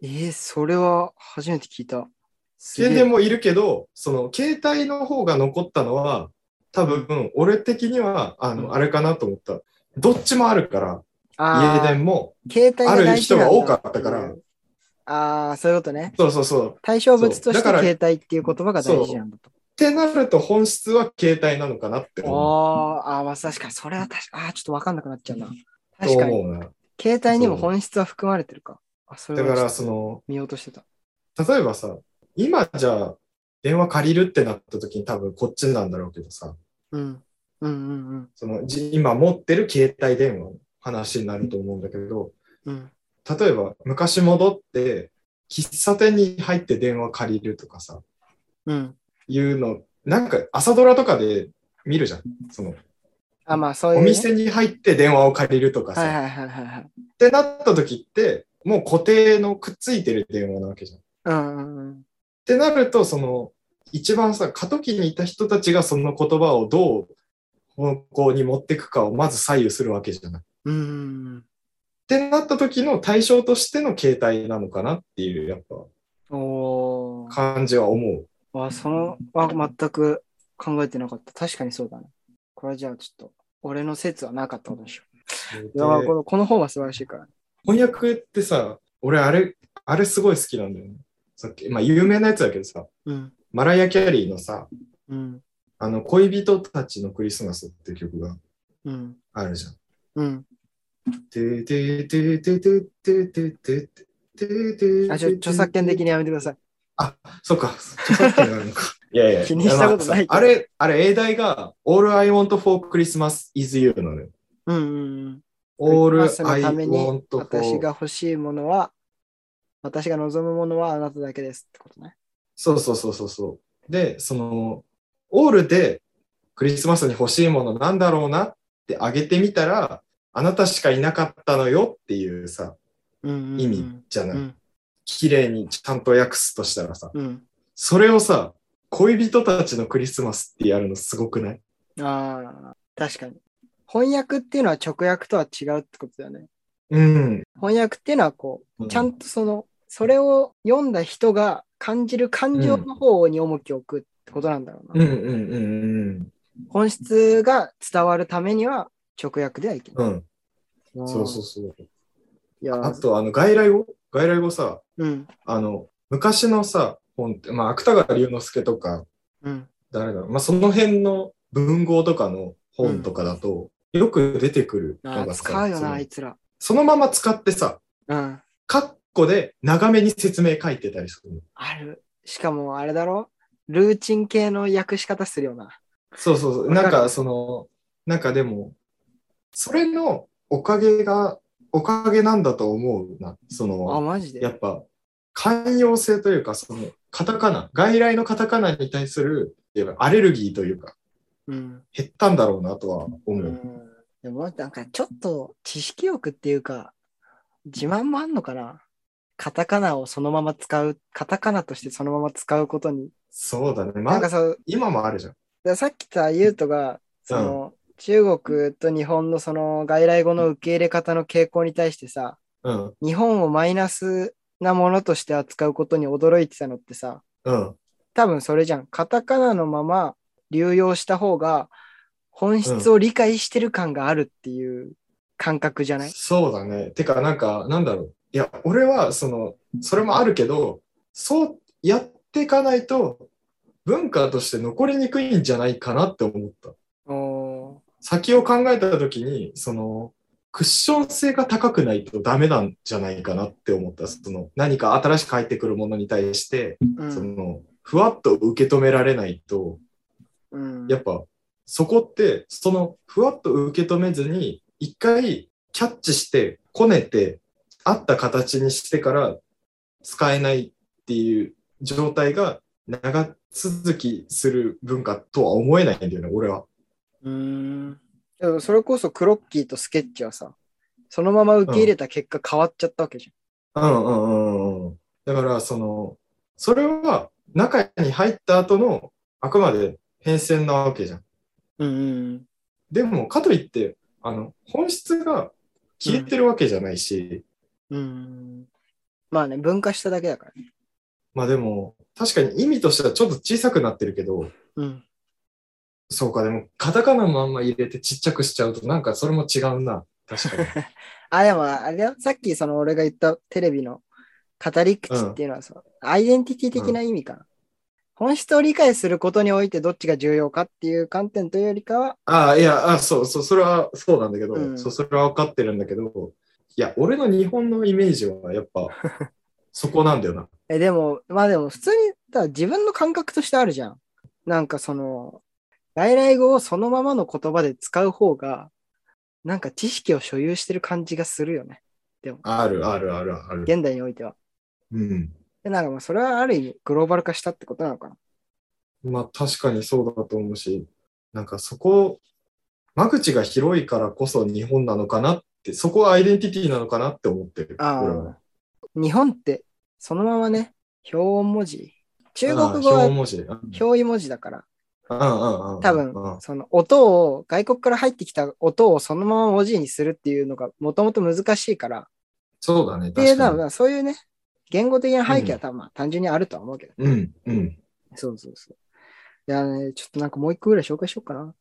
S2: えー、それは初めて聞いた。すげえ
S3: 携電もいるけど、その、携帯の方が残ったのは、多分、俺的には、あ
S2: うん
S3: の、あれかなと思った。どっちもあるから、
S2: あ
S3: 家
S2: ー
S3: 電も、
S2: 携帯が
S3: ある
S2: 大事
S3: 人
S2: なんだ
S3: が多かったから。
S2: ああ、そういうことね。
S3: そうそうそう。っ
S2: 対象物として
S3: そうだから
S2: 携帯っていう言葉が大事なんだと。
S3: てなると、本質は携帯なのかなって思う
S2: おーあー、まあ確かに、それは確かああ、ちょっとわかんなくなっちゃうな。
S3: と
S2: 確かに、
S3: 思うな。
S2: 携帯にも本質は含まれてるか。あ、それ
S3: だ
S2: はちょ
S3: か
S2: っと
S3: ら、その、
S2: 見落としてた。
S3: 例えばさ、今じゃあ電話借りるってなった時に多分こっちなんだろうけどさ、
S2: うん。うんうんうん
S3: そのじ今持ってる携帯電話の話になると思うんだけど、
S2: うん。
S3: 例えば昔戻って喫茶店に入って電話借りるとかさ、
S2: うん。
S3: いうの、なんか朝ドラとかで見るじゃん。その
S2: あ、まあそういう、
S3: お
S2: ね。
S3: 店に入って電話を借りるとかさ、
S2: はいはいはいはいはい。
S3: ってなった時ってもう固定のくっついてる電話なわけじゃん。
S2: うんうんうん。
S3: ってなると、その、一番さ、過渡期にいた人たちがその言葉をどう方向に持っていくかをまず左右するわけじゃない。っ
S2: うんうんうん。
S3: てなった時の対象としての形態なのかなっていう、やっ
S2: おー
S3: ぱ、感じは思う。
S2: わ、その、は全く考えてなかった。確かにそうだね。これじゃあちょっと、俺の説はなかったことにしよう。いや、こ
S3: で
S2: の、この本は素晴らしいから。
S3: 翻訳ってさ、俺あれ、あれすごい好きなんだよね。さっき、まあ有名なやつだけどさ、
S2: うん。
S3: マライア・キャリーのさ、
S2: うん。
S3: あの、恋人たちのクリスマスっていう曲が
S2: うん。
S3: あるじゃん。
S2: うん。
S3: てててててててててて
S2: あ、ちょ、著作権的にやめてください。
S3: そっか、著作権があるのか。 いやいや、
S2: 気にしたことないけど
S3: まああれ、あれ、英題が、All I want for Christmas is you なのよ。
S2: うんうんうん。
S3: All
S2: クリスマス
S3: I
S2: のために
S3: want
S2: 私
S3: for...
S2: が欲しいものは、私が望むものはあなただけですってことね。
S3: そうそうそうそうそう。で、その、All でクリスマスに欲しいものなんだろうなってあげてみたら、あなたしかいなかったのよっていうさ、
S2: うん
S3: 意味じゃ
S2: う
S3: ない。
S2: ん。
S3: 綺麗にちゃんと訳すとしたらさ、
S2: うん。
S3: それをさ、恋人たちのクリスマスってやるのすごくない
S2: ああ、確かに。翻訳っていうのは直訳とは違うってことだよね。
S3: うん。
S2: 翻訳っていうのはこう、ちゃんとその、それを読んだ人が感じる感情の方に重きを置くってことなんだろう
S3: う
S2: な。
S3: んうんうんうん
S2: 本質が伝わるためには直訳ではいけ
S3: う。
S2: なんい。
S3: うん。そうそう
S2: う。
S3: そう。
S2: いやー、
S3: あと、あの、外来語外来語さ、
S2: うん。
S3: あの、昔のさ、本って、まあ、芥川龍之介とか、
S2: うん。
S3: 誰だろう、まあ、その辺の文豪とかの本とかだと、よく出てくる
S2: あ
S3: の
S2: ー
S3: がさ
S2: 使うよ
S3: そ
S2: な、
S3: の
S2: あいつら。
S3: そのまま使ってさ、
S2: うん。
S3: カッコで長めに説明書いてたりするの。
S2: ある。しかもあれだろルーチン系の訳し方するよな。
S3: そうそうそう。
S2: わか
S3: なん
S2: る
S3: か、その、なんかでも、それのおかげが、おかげなんだと思うな。その、
S2: あ、マジで。
S3: やっぱ寛容性というか、そのカタカナ、外来のカタカナに対するいわゆるアレルギーというか、
S2: うん。
S3: 減ったんだろうなとは思
S2: う
S3: う。
S2: んでもなんかちょっと知識欲っていうか、自慢もあんのかなカタカナをそのまま使う、カタカナとしてそのまま使うことに。
S3: そうだね。
S2: な
S3: ま
S2: んか
S3: あ、
S2: そう、
S3: 今もあるじゃん。
S2: ださっき言ったユウトが、その、中国と日本のその外来語の受け入れ方の傾向に対してさ、
S3: うん、
S2: 日本をマイナスなものとして扱うことに驚いてたのってさ、
S3: うん、
S2: 多分それじゃん。カタカナのまま流用した方が本質を理解してる感があるっていう感覚じゃない、
S3: そうだね。てか、なんか、なんだろう。いや、俺は、その、それもあるけど、そうやっていかないと、文化として残りにくいんじゃないかなって思った。
S2: お
S3: 先を考えた時に、その、クッション性が高くないとダメなんじゃないかなって思った。その、何か新しく入ってくるものに対して、
S2: ーう
S3: そ
S2: ん
S3: の、ふわっと受け止められないと、
S2: うん。
S3: やっぱそこってそのふわっと受け止めずに一回キャッチしてこねて合った形にしてから使えないっていう状態が長続きする文化とは思えないんだよね俺は。
S2: うーん。でもそれこそクロッキーとスケッチはさ、そのまま受け入れた結果変わっちゃったわけじ
S3: うんうんうんうんうん。だからそのそれは中に入った後のあくまで変遷なわけじゃん。
S2: ゃん。うんうん。
S3: でもかといってあの本質が消えてるわけじゃないし。
S2: うん。まあね、分化しただけだからね。
S3: まあでも、確かに意味としてはちょっと小さくなってるけど、
S2: うん。
S3: そうか、でも、カタカナのまんま入れてちっちゃくしちゃうと、なんかそれも違うな。確かに。
S2: あ、でもあれだよ。さっきその俺が言ったテレビの語り口っていうのはさ、アイデンティティ的な意味かな。本質を理解することにおいてどっちが重要かっていう観点というよりかは、
S3: ああ、いや、あそうそう、それはそうなんだけど、
S2: うん
S3: そう、それは分かってるんだけど、いや、俺の日本のイメージはやっ ぱ、そこなんだよな。
S2: え、でも、まあでも普通に、だから自分の感覚としてあるじゃん。なんかその、外来語をそのままの言葉で使う方が、なんか知識を所有してる感じがするよね。
S3: ある、ある、ある、ある。
S2: 現代においては。
S3: うん。
S2: で、なんかまあそれはある意味グローバル化したってことなのかな。
S3: まあ、確かにそうだと思うし、なんかそこ、間口が広いからこそ日本なのかなって、そこはアイデンティティなのかなって思ってる。俺は
S2: ああ。日本って、そのままね、表音文字。中
S3: ああ
S2: 国語
S3: 表
S2: は
S3: 文字。うん
S2: 表意文字だから、多
S3: 多
S2: 分、その音を、外国から入ってきた音をそのまま文字にするっていうのがもともと難しいから、
S3: そうだね。
S2: っていう
S3: 確
S2: のはま
S3: か
S2: あ、そういうね、言語的な背景は多分、まあ単純にあるとは思うけど。
S3: に。うん、うん。
S2: そうそうそう。いやね、ちょっとなんかもう一個ぐらい紹介しようかな。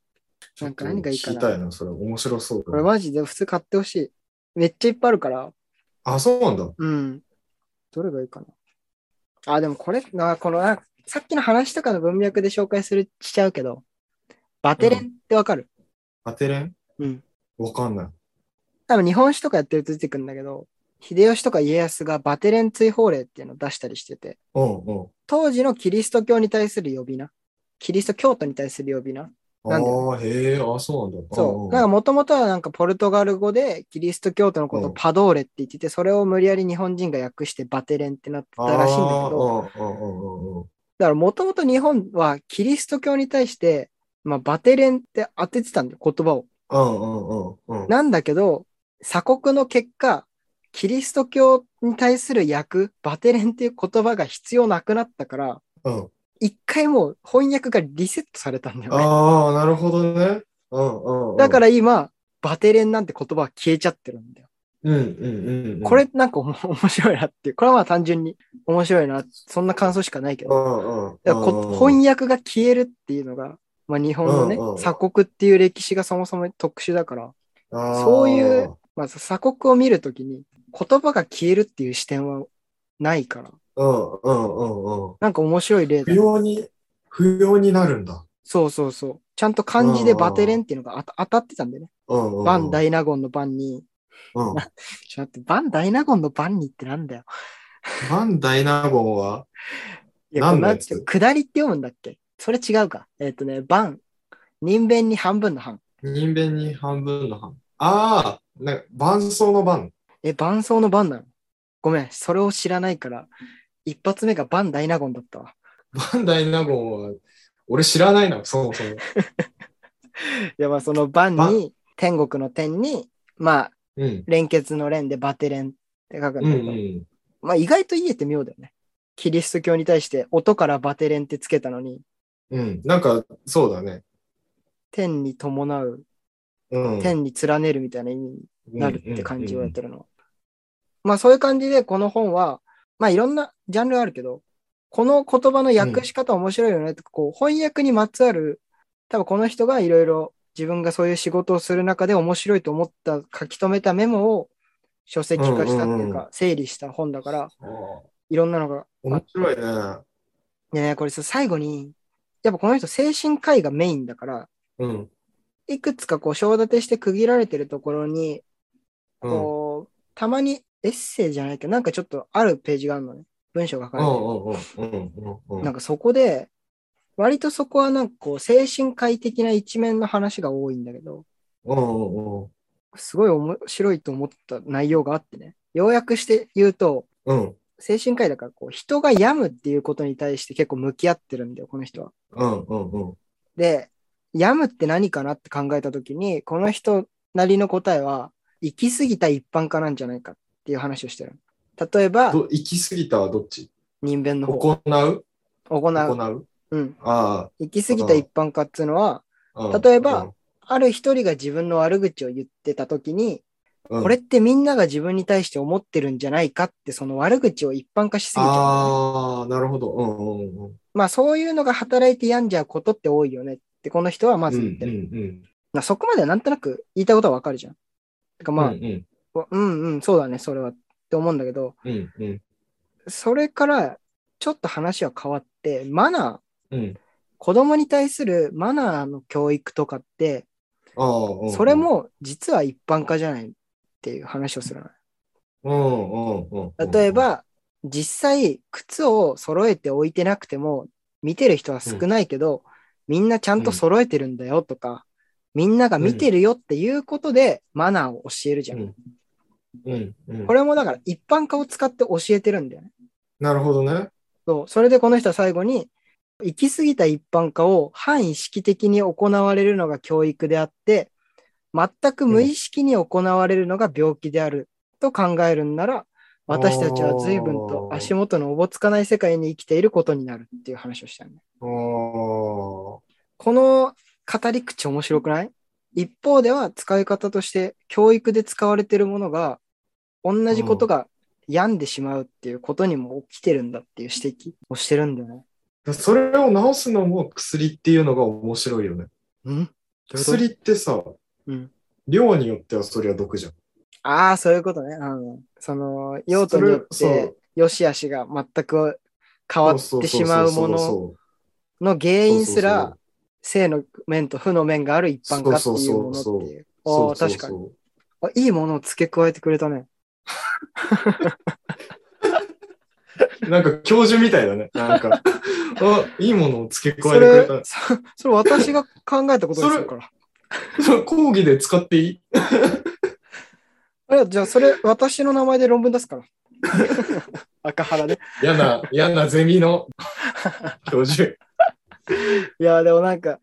S2: なんか何がいいか
S3: ちょっと聞き
S2: な。
S3: たいな、それ。面白そうだ
S2: これマジで普通買ってほしい。めっちゃいっぱいあるから、
S3: あ、そうなんだ。
S2: うん。どれがいいかな。あ、でもこれ、なこのなさっきの話とかの文脈で紹介するしちゃうけど、バテレンってわかる、
S3: バテレン
S2: うん
S3: わかんない。
S2: 多分日本史とかやってると出てくるんだけど、秀吉とか家康がバテレン追放令っていうのを出したりしてて、
S3: うん、うん。
S2: 当時のキリスト教に対する呼び名、キリスト教徒に対する呼び名。なんで
S3: ああ、へえ、あそうなんだ。
S2: そう。
S3: ん
S2: なんかもともとはなんかポルトガル語でキリスト教徒のことをパドーレって言ってて、それを無理やり日本人が訳してバテレンってなってたらしいんだけど、
S3: あーうんうんうんうん
S2: だからもともと日本はキリスト教に対して、まあ、バテレンって当ててたんだよ、言葉を。
S3: うんうんうんうん。
S2: なんだけど、鎖国の結果、キリスト教に対する訳、バテレンっていう言葉が必要なくなったから、
S3: うん
S2: 一回もう翻訳がリセットされたんだよね。
S3: ああ、なるほどね。うんうんうん。
S2: だから今、バテレンなんて言葉は消えちゃってるんだよ。
S3: うんうんうんうん。
S2: これなんかおも面白いなっていう。これはまあ単純に面白いな。そんな感想しかないけ
S3: う
S2: ど。
S3: んうん。
S2: だからこ翻訳が消えるっていうのが、まあ、日本のね、
S3: うんうん
S2: 鎖国っていう歴史がそもそも特殊だから、
S3: あー
S2: そういう。まあ、鎖国を見るときに言葉が消えるっていう視点はないから、
S3: うんうんうんうん。
S2: なんか面白い例
S3: 不
S2: だな。
S3: 要に、不要になるんだ。
S2: そうそうそう。ちゃんと漢字でバテレンっていうのがあた当たってたんでね。
S3: うんうんうん。
S2: バンダイナゴンのバンに、
S3: うん。
S2: ちょっと待って、バンダイナゴンのバンにってなんだよ。
S3: バンダイナゴンはい
S2: や、
S3: なんの
S2: これ
S3: や
S2: ん
S3: つ
S2: ていうの下りって読むんだっけそれ違うか。えっ、とね、バン。人弁に半分の半。
S3: 人弁に半分の半。ああ、なんか伴奏の伴。
S2: え、伴奏の番なのごめん、それを知らないから、一発目がバンダイナゴンだったわ。
S3: バンダイナゴンは、俺知らないな、そもそも。
S2: いや、まあそのバン
S3: バン
S2: に、天国の天に、まあ、
S3: うん。
S2: 連結の連でバテレンって書くん
S3: う
S2: だ
S3: ん
S2: け
S3: う
S2: ど、
S3: ん。
S2: まあ意外と言えて妙だよね。キリスト教に対して音からバテレンってつけたのに、
S3: うん。なんか、そうだね。
S2: 天に伴う、
S3: うん。
S2: 天に連ねるみたいな意味になるって感じをやっ
S3: る。
S2: てるの。まあそういう感じでこの本は、まあいろんなジャンルあるけど、この言葉の訳し方面白いよねって、こう翻訳にまつわる、多分この人がいろいろ自分がそういう仕事をする中で面白いと思った書き留めたメモを書籍化したっていうか、整理した本だから、いろんなのがあっ
S3: 面白いね。
S2: でね、これさ、最後に、やっぱこの人精神科医がメインだから、
S3: うん。
S2: いくつかこう、章立てして区切られてるところに、
S3: うん。
S2: こう、たまにエッセイじゃないけど、なんかちょっとあるページがあるのね。文章が書か
S3: う
S2: れてる。
S3: んうんうんうんうん
S2: なんかそこで、割とそこはなんかこう、精神科医的な一面の話が多いんだけど、
S3: うん
S2: すごい面白いと思った内容があってね。要約して言うと、
S3: うん
S2: 精神科医だからこう、人が病むっていうことに対して結構向き合ってるんだよ、この人は。
S3: うんうんうん
S2: で、病むって何かなって考えたときに、この人なりの答えは、行き過ぎた一般化なんじゃないかっていう話をしてる。例えば、
S3: ど行き過ぎたはどっち
S2: 人間の方
S3: 行う
S2: 行う。
S3: 行う
S2: うん。
S3: あ
S2: 行き過ぎた一般化っていうのは、
S3: あ。うん
S2: 例えば、ある一人が自分の悪口を言ってたときに、
S3: うん
S2: これってみんなが自分に対して思ってるんじゃないかって、その悪口を一般化しすぎちゃう、
S3: ああ、なるほど。うんうんうん。
S2: まあそういうのが働いて病んじゃうことって多いよねって、この人はまず言ってる。
S3: うんうんうん
S2: まあそこまではなんとなく言いたいことはわかるじゃん。てかま
S3: う
S2: あ、
S3: んうん
S2: うんうん、そうだね、それはって思うんだけど、
S3: うんうん
S2: それからちょっと話は変わって、マナー、
S3: うん
S2: 子供に対するマナーの教育とかって、
S3: ああうんうん
S2: それも実は一般化じゃないっていう話をする
S3: うんうんうんう
S2: の。
S3: ん
S2: 例え、ば、実際、靴を揃えて置いてなくても、見てる人は少ないけど、みんなちゃんと揃えてるんだよとか、みんなが見てるよっていうことで、マナーを教えるじゃん。
S3: うんうん、
S2: これもだから一般化を使って教えてるんだよね。
S3: なるほどね。
S2: そう。それでこの人は最後に、行き過ぎた一般化を反意識的に行われるのが教育であって、全く無意識に行われるのが病気であると考えるんなら、私たちは随分と足元のおぼつかない世界に生きていることになるっていう話をしたよね。
S3: あー
S2: この語り口面白くない一方では使い方として教育で使われているものが同じことが病んでしまうっていうことにも起きてるんだっていう指摘をしてるんだよね。
S3: それを治すのも薬っていうのが面白いよね。
S2: うん
S3: 薬ってさ、
S2: うん
S3: 量によってはそりゃ毒じゃん。
S2: ああ、そういうことね。うん、その用途によっ
S3: それそ
S2: て良し悪しが全く変わってしまうものの原
S3: 原
S2: 因すら正の面と負の面がある一般化っていうものって
S3: そうそうそう
S2: いう。ああ、確かに。あいいものを付け加えてくれたね。
S3: に。なんか教授みたい だね。なんか、あ、いいものを付け
S2: そ
S3: 加えて
S2: れ
S3: くれ、
S2: そそれ私が考えたことですから。
S3: た。それ講義で使っていい
S2: あいやじゃあ、それ私の名前で論文出すから。 赤原ね。
S3: 嫌 な、嫌なゼミの教授。
S2: いや、でもなんか、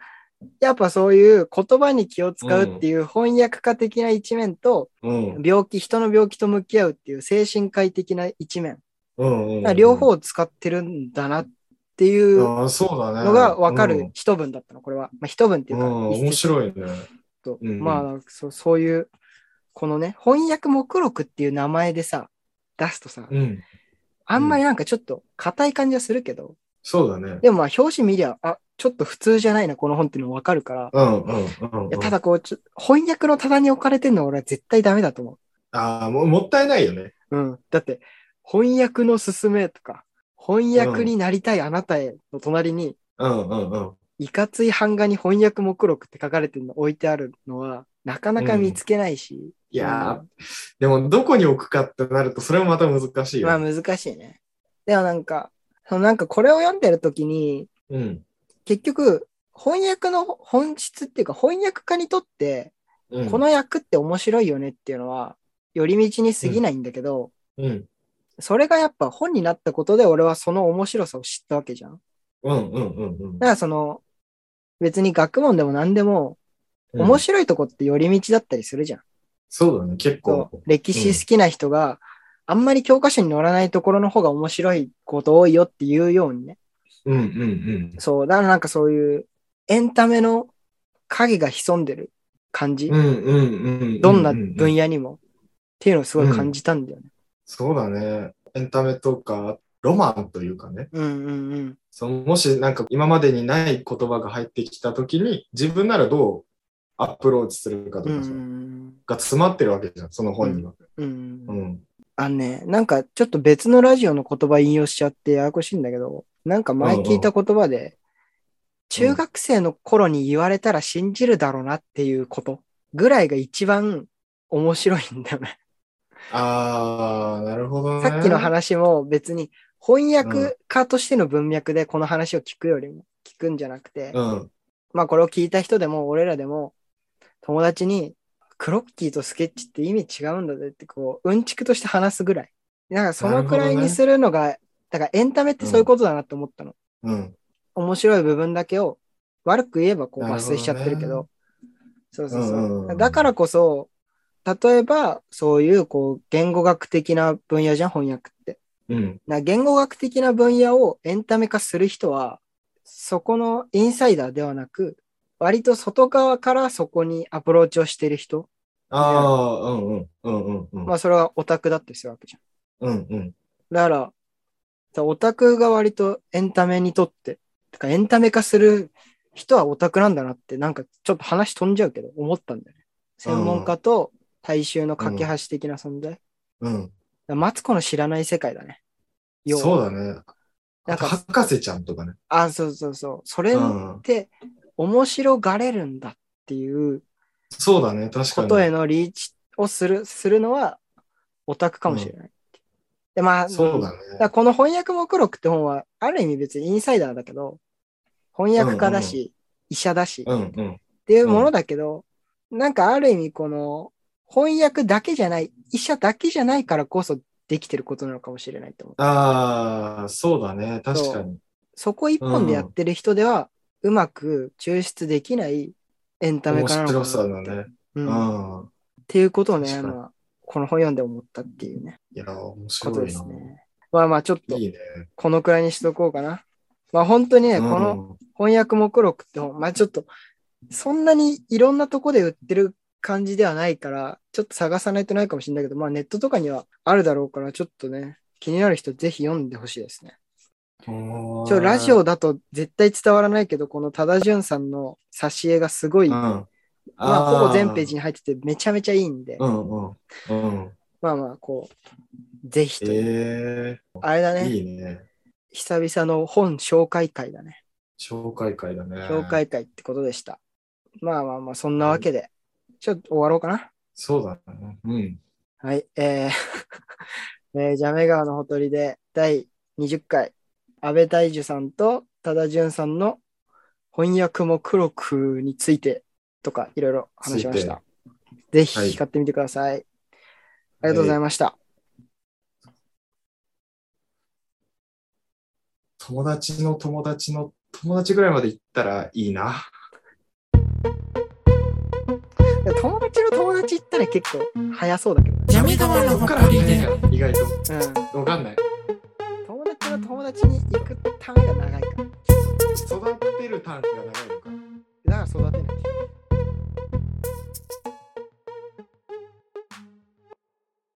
S2: やっぱそういう言葉に気を使うっていう翻訳家的な一面と、
S3: うん。
S2: 病気、人の病気と向き合うっていう精神科医的な一面。
S3: うんうんうん
S2: 両方を使ってるんだなっていう
S3: ああ、そうだね。
S2: のが分か
S3: うん
S2: る一文だったの、これは。まあ、一文っていうか、
S3: うん、
S2: 一
S3: 面
S2: 節
S3: 白いね。
S2: と。
S3: うんうん
S2: まあそ、そういう、このね、翻訳目録っていう名前でさ、出すとさ、
S3: うん。
S2: あんまりなんかちょっと硬い感じはするけど、
S3: そうだね。
S2: でもまあ、表紙見りゃ、あ、ちょっと普通じゃないな、この本っていうの分かるから、
S3: うんうんうんうん
S2: いやただこうちょ、翻訳の棚に置かれてんのは俺は絶対ダメだと思う。
S3: ああ、ももったいないよね。
S2: うん。だって、翻訳の勧めとか、翻訳になりたいあなたへの隣に、
S3: うんうんうん。
S2: いかつい版画に翻訳目録って書かれてるの置いてあるのは、なかなか見つけないし。
S3: いや
S2: うん
S3: ー、でもどこに置くかってなると、それもまた難しいよ。
S2: まあ難しいね。でもなんか、そのなんかこれを読んでるときに、
S3: うん。
S2: 結局、翻訳の本質っていうか、翻訳家にとって、
S3: うん、
S2: この役って面白いよねっていうのは、寄り道に過ぎないんだけど、
S3: うん、
S2: それがやっぱ本になったことで俺はその面白さを知ったわけじゃん。
S3: うんうんうんうん
S2: だからその、別に学問でも何でも、
S3: うん。
S2: 面白いとこって寄り道だったりするじゃん。
S3: そうだね、結構
S2: こ。う歴史好きな人が、あんまり教科書に載らないところの方が面白いこと多いよっていうようにね。
S3: うんうんうん。
S2: そう、だからなんかそういうエンタメの影が潜んでる感じ
S3: う。んうんうんうん。
S2: どんな
S3: 野
S2: 分野にも。っていうのをすごい感じたんだよね。
S3: そうだね。エンタメとか、ロマンというかね。
S2: うんうんうん。
S3: そのもしなんか今までにない言葉が入ってきたときに、自分ならどうアプローチするかと
S2: う
S3: かさ、
S2: ん。
S3: が詰まってるわけじゃん、その本には。
S2: うん
S3: う。ん。
S2: あのね、なんかちょっと別のラジオの言葉引用しちゃってややこしいんだけど、なんか前聞いた言葉で、中学生の頃に言われたら信じるだろうなっていうことぐらいが一番面白いんだよね。
S3: あー、なるほどね。
S2: さっきの
S3: 話。
S2: 話も別に翻
S3: う
S2: 訳家としての文脈でこの話を聞くよりも聞くんじゃなくて、
S3: うん。
S2: まあこれを聞いた人でも俺らでも友達にクロッキーとスケッチって意味違うんだぜってこううんちくとして話すぐらい。なんかそのくら
S3: な
S2: い
S3: るほど
S2: に
S3: ね
S2: するのが、だからエンタメってそういうことだなって思ったの。
S3: うん。
S2: 面白い部分だけを悪く言えばこう
S3: なる
S2: 抜
S3: ほどね
S2: 粋しちゃってるけど。そうそうそ
S3: うん
S2: う。
S3: うんうん
S2: だからこそ、例えばそういうこう言語学的な分野じゃん、翻訳って。
S3: うん。
S2: な言語学的な分野をエンタメ化する人は、そこのインサイダーではなく、割と外側からそこにアプローチをしてる人、
S3: あー、うんうん。うんうんうん。
S2: まあそれはオタクだってするわけじゃ
S3: うんうん。
S2: ん。だから、だオタクが割とエンタメにとって、てかエンタメ化する人はオタクなんだなって、なんかちょっと話飛んじゃうけど、思ったんだよね。専門家と大衆の架け橋的な存在。だか
S3: うん。
S2: らマツコの知らない世界だね。要は
S3: そうだね。あ
S2: なんか
S3: と、博士ちゃんとかね。
S2: あ、そうそうそう。それ
S3: うん
S2: って面白がれるんだっていう
S3: そうだね、確
S2: こ
S3: か
S2: とへ
S3: に。
S2: のリーチをするするのはオタクかもしれない。で、まあ、
S3: そうだ
S2: だから
S3: ね。
S2: この翻訳目録って本は、ある意味別にインサイダーだけど、翻訳家だし、
S3: う
S2: 医者だし、
S3: う
S2: っ
S3: んうん。
S2: ていうものだけど、なんかある意味この翻訳だけじゃない、医者だけじゃないからこそできてることなのかもしれないと思う。
S3: あー、そうだね、確かに。
S2: そこ一本でやってる人では、うまく抽出できないエンタメ
S3: 面
S2: かなのかな
S3: 白
S2: って
S3: さだね。
S2: う。
S3: うん
S2: っ
S3: ん。
S2: ていうことをね、
S3: 確かに
S2: まあ、この本読んで思ったっていうね、
S3: いや、面
S2: こ
S3: 白
S2: とで
S3: い
S2: す
S3: な。
S2: ね。まあまあ、ちょっと
S3: いいね。
S2: このくらいにしとこうかな。まあ本当にね、この
S3: の、
S2: 翻訳目録って本、まあちょっと、そんなにいろんなとこで売ってる感じではないから、ちょっと探さないとないかもしれないけど、まあネットとかにはあるだろうから、ちょっとね、気になる人ぜひ読んでほしいですね。
S3: うん
S2: ちょ、ラジオだと絶対伝わらないけど、この多田潤さんの挿絵がすごい、
S3: うん。
S2: ま
S3: ま
S2: あ、ほぼ全ページに入ってて、めちゃめちゃいいんで、
S3: うんうん。うん。
S2: まあまあ、こう、ぜひという
S3: え
S2: あれだ
S3: え
S2: ね、
S3: いいね。
S2: 久々の本紹介会だね。
S3: 紹介会だね。
S2: 紹。介会ってことでした。まあまあまあ、そんなわけで、ちょっと終わろうかな。
S3: そうだね。うん。
S2: はい、えー えージャメ川のほとりで第20回、安倍大樹さんと多田潤さんの翻訳も黒くについてとかいろいろ話しました。ぜ
S3: はい
S2: ひ買ってみてください。ありがとうございました。
S3: 友達の友達の友達ぐらいまで行ったらいいな。
S2: でも友達の友達行ったら結構早そうだけど、ね。
S4: 闇川の
S3: どっ
S4: ほ
S3: か
S4: からりで
S3: 意外と。
S2: うん。
S3: わかんない。
S2: 友達の友達に行くためが長いから。
S3: 育てる単位が長いのか。
S2: だから育てない。